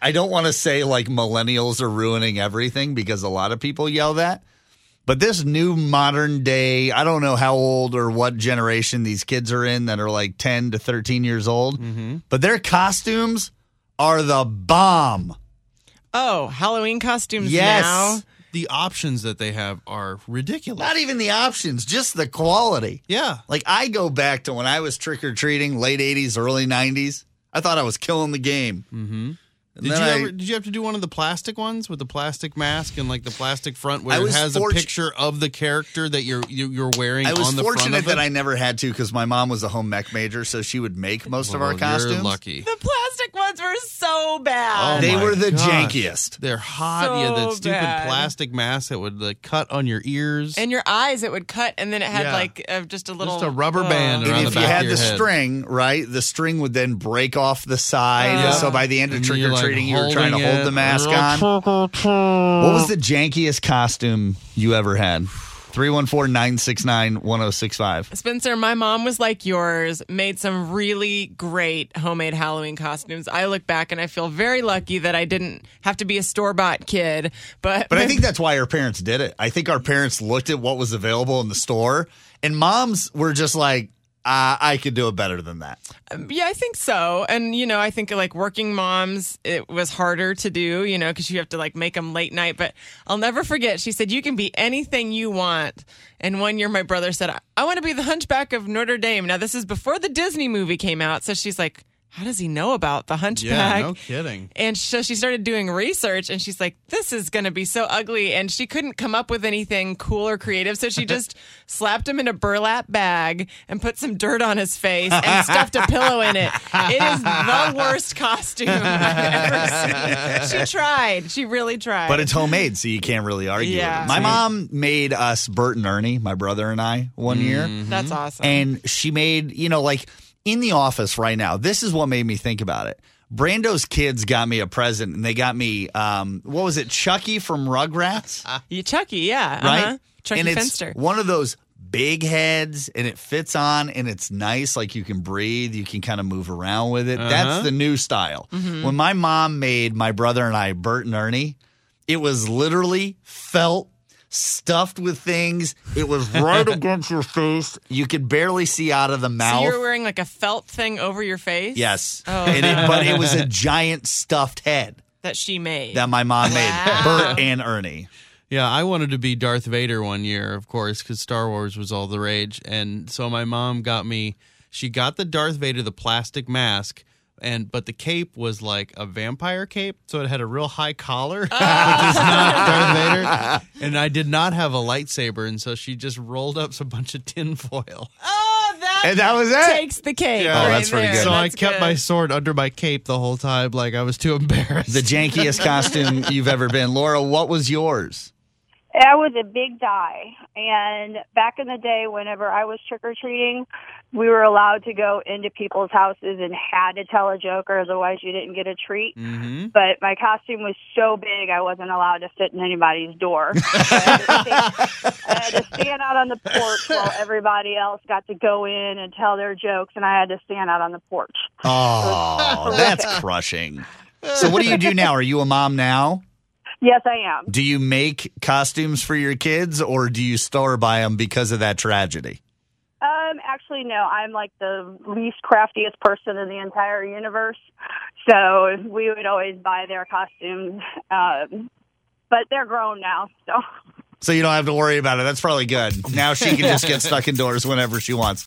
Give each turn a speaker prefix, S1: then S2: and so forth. S1: I don't want to say like millennials are ruining everything because a lot of people yell that. But this new modern day, I don't know how old or what generation these kids are in that are like 10 to 13 years old,
S2: Mm-hmm.
S1: but their costumes are the bomb.
S3: Oh, Halloween costumes
S1: Yes.
S3: now.
S2: The options that they have are ridiculous.
S1: Not e- even the options, just the quality.
S2: yeah.
S1: Like I go back to when I was trick or treating, late 80s, early 90s. I thought I was killing the game. Mm-hmm. And
S2: Did you
S1: then I-
S2: ever, did you have to do one of the plastic ones with the plastic mask and like the plastic front
S1: I
S2: where it
S1: was
S2: has
S1: fortu-
S2: a picture of the character that you're you, you're wearing
S1: I was
S2: on the
S1: fortunate
S2: front of
S1: that
S2: it?
S1: I never had to because my mom was a home mech major, so she would make most of our
S2: Well,
S1: costumes.
S2: Oh, You're lucky.
S3: The plastic ones were so
S2: Oh
S3: bad.
S1: they
S2: my
S1: were the
S2: gosh.
S1: jankiest.
S2: They're hot. yeah, that
S3: So
S2: stupid
S3: bad.
S2: plastic mask that would like cut on your ears.
S3: and your eyes, it would cut, and then it had
S2: Yeah.
S3: like uh, just a little
S2: Just a rubber band
S1: And
S2: around
S1: if
S2: the
S1: you
S2: back
S1: had
S2: of
S1: the
S2: your head.
S1: string, right, the string would then break off the side.
S3: Yeah.
S1: So by the end of
S2: And
S1: trick
S2: you're,
S1: or
S2: like,
S1: treating, you were trying to
S2: holding
S1: hold
S2: it.
S1: the mask on. What was the jankiest costume you ever had? 314 969 1065.
S3: Spencer, my mom was like yours, made some really great homemade Halloween costumes. I look back and I feel very lucky that I didn't have to be a store bought kid. But,
S1: But I think that's why our parents did it. I think our parents looked at what was available in the store, and moms were just like, uh, I could do it better than that.
S3: yeah, I think so. And, you know, I think like working moms, it was harder to do, you know, because you have to like make them late night. But I'll never forget, she said, You can be anything you want. And one year my brother said, I, I want to be the hunchback of Notre Dame. Now, this is before the Disney movie came out. So she's like, How does he know about the
S2: Yeah,
S3: hunchback?
S2: no kidding.
S3: And so she started doing research and she's like, this is going to be so ugly. And she couldn't come up with anything cool or creative. So she just slapped him in a burlap bag and put some dirt on his face and stuffed a pillow in it. It is the worst costume I've ever seen. She tried. She really tried.
S1: But it's homemade, so you can't really argue.
S3: Yeah.
S1: With it. My mom made us Bert and Ernie, my brother and I, one
S2: Mm-hmm.
S1: year.
S3: That's awesome.
S1: And she made, you know, like in the office right now, this is what made me think about it. Brando's kids got me a present and they got me, um, what was it, Chucky from Rugrats?
S3: you Chucky, yeah.
S1: right?
S3: Uh-huh. Chucky
S1: and it's
S3: Finster.
S1: one of those big heads and it fits on and it's nice. Like you can breathe, you can kind of move around with it.
S3: Uh-huh.
S1: That's the new style.
S3: Mm-hmm.
S1: When my mom made my brother and I Bert and Ernie, it was literally felt. Stuffed with things. It was right against your face. You could barely see out of the
S3: So
S1: mouth.
S3: you're wearing like a felt thing over your face?
S1: yes.
S3: Oh.
S1: And it- but it was a giant stuffed head
S3: That she made.
S1: that my mom made.
S3: Wow.
S1: Bert and Ernie.
S2: Yeah, I wanted to be Darth Vader one year, of course, because Star Wars was all the rage. And so my mom got me. She got the Darth Vader, the plastic mask, and but the cape was like a vampire cape, so it had a real high collar, which is not Darth Vader. And I did not have a lightsaber, and so she just rolled up a bunch of tinfoil.
S3: oh, that,
S1: And that was it.
S3: takes the cake.
S2: Yeah. Oh,
S3: right
S1: that's pretty
S3: there.
S1: good.
S2: So I
S3: That's
S2: kept
S3: good.
S2: my sword under my cape the whole time, like I was too embarrassed.
S1: the jankiest costume you've ever been. Laura, what was yours?
S4: That was a big die. And back in the day, whenever I was trick or treating, we were allowed to go into people's houses and had to tell a joke, or otherwise you didn't get a treat. But my costume was so big, I wasn't allowed to sit in anybody's door. So I, had to stand, I had to stand out on the porch while everybody else got to go in and tell their jokes, and I had to stand out on the porch.
S1: Oh, that's crushing. So, what do you do now? Are you a mom now?
S4: Yes, I am.
S1: Do you make costumes for your kids or do you store by them because of that tragedy?
S4: Um, actually, no. I'm like the least craftiest person in the entire universe, so we would always buy their costumes. Um, but they're grown now, so
S1: So, you don't have to worry about it. That's probably good. Now she can just get stuck indoors whenever she wants.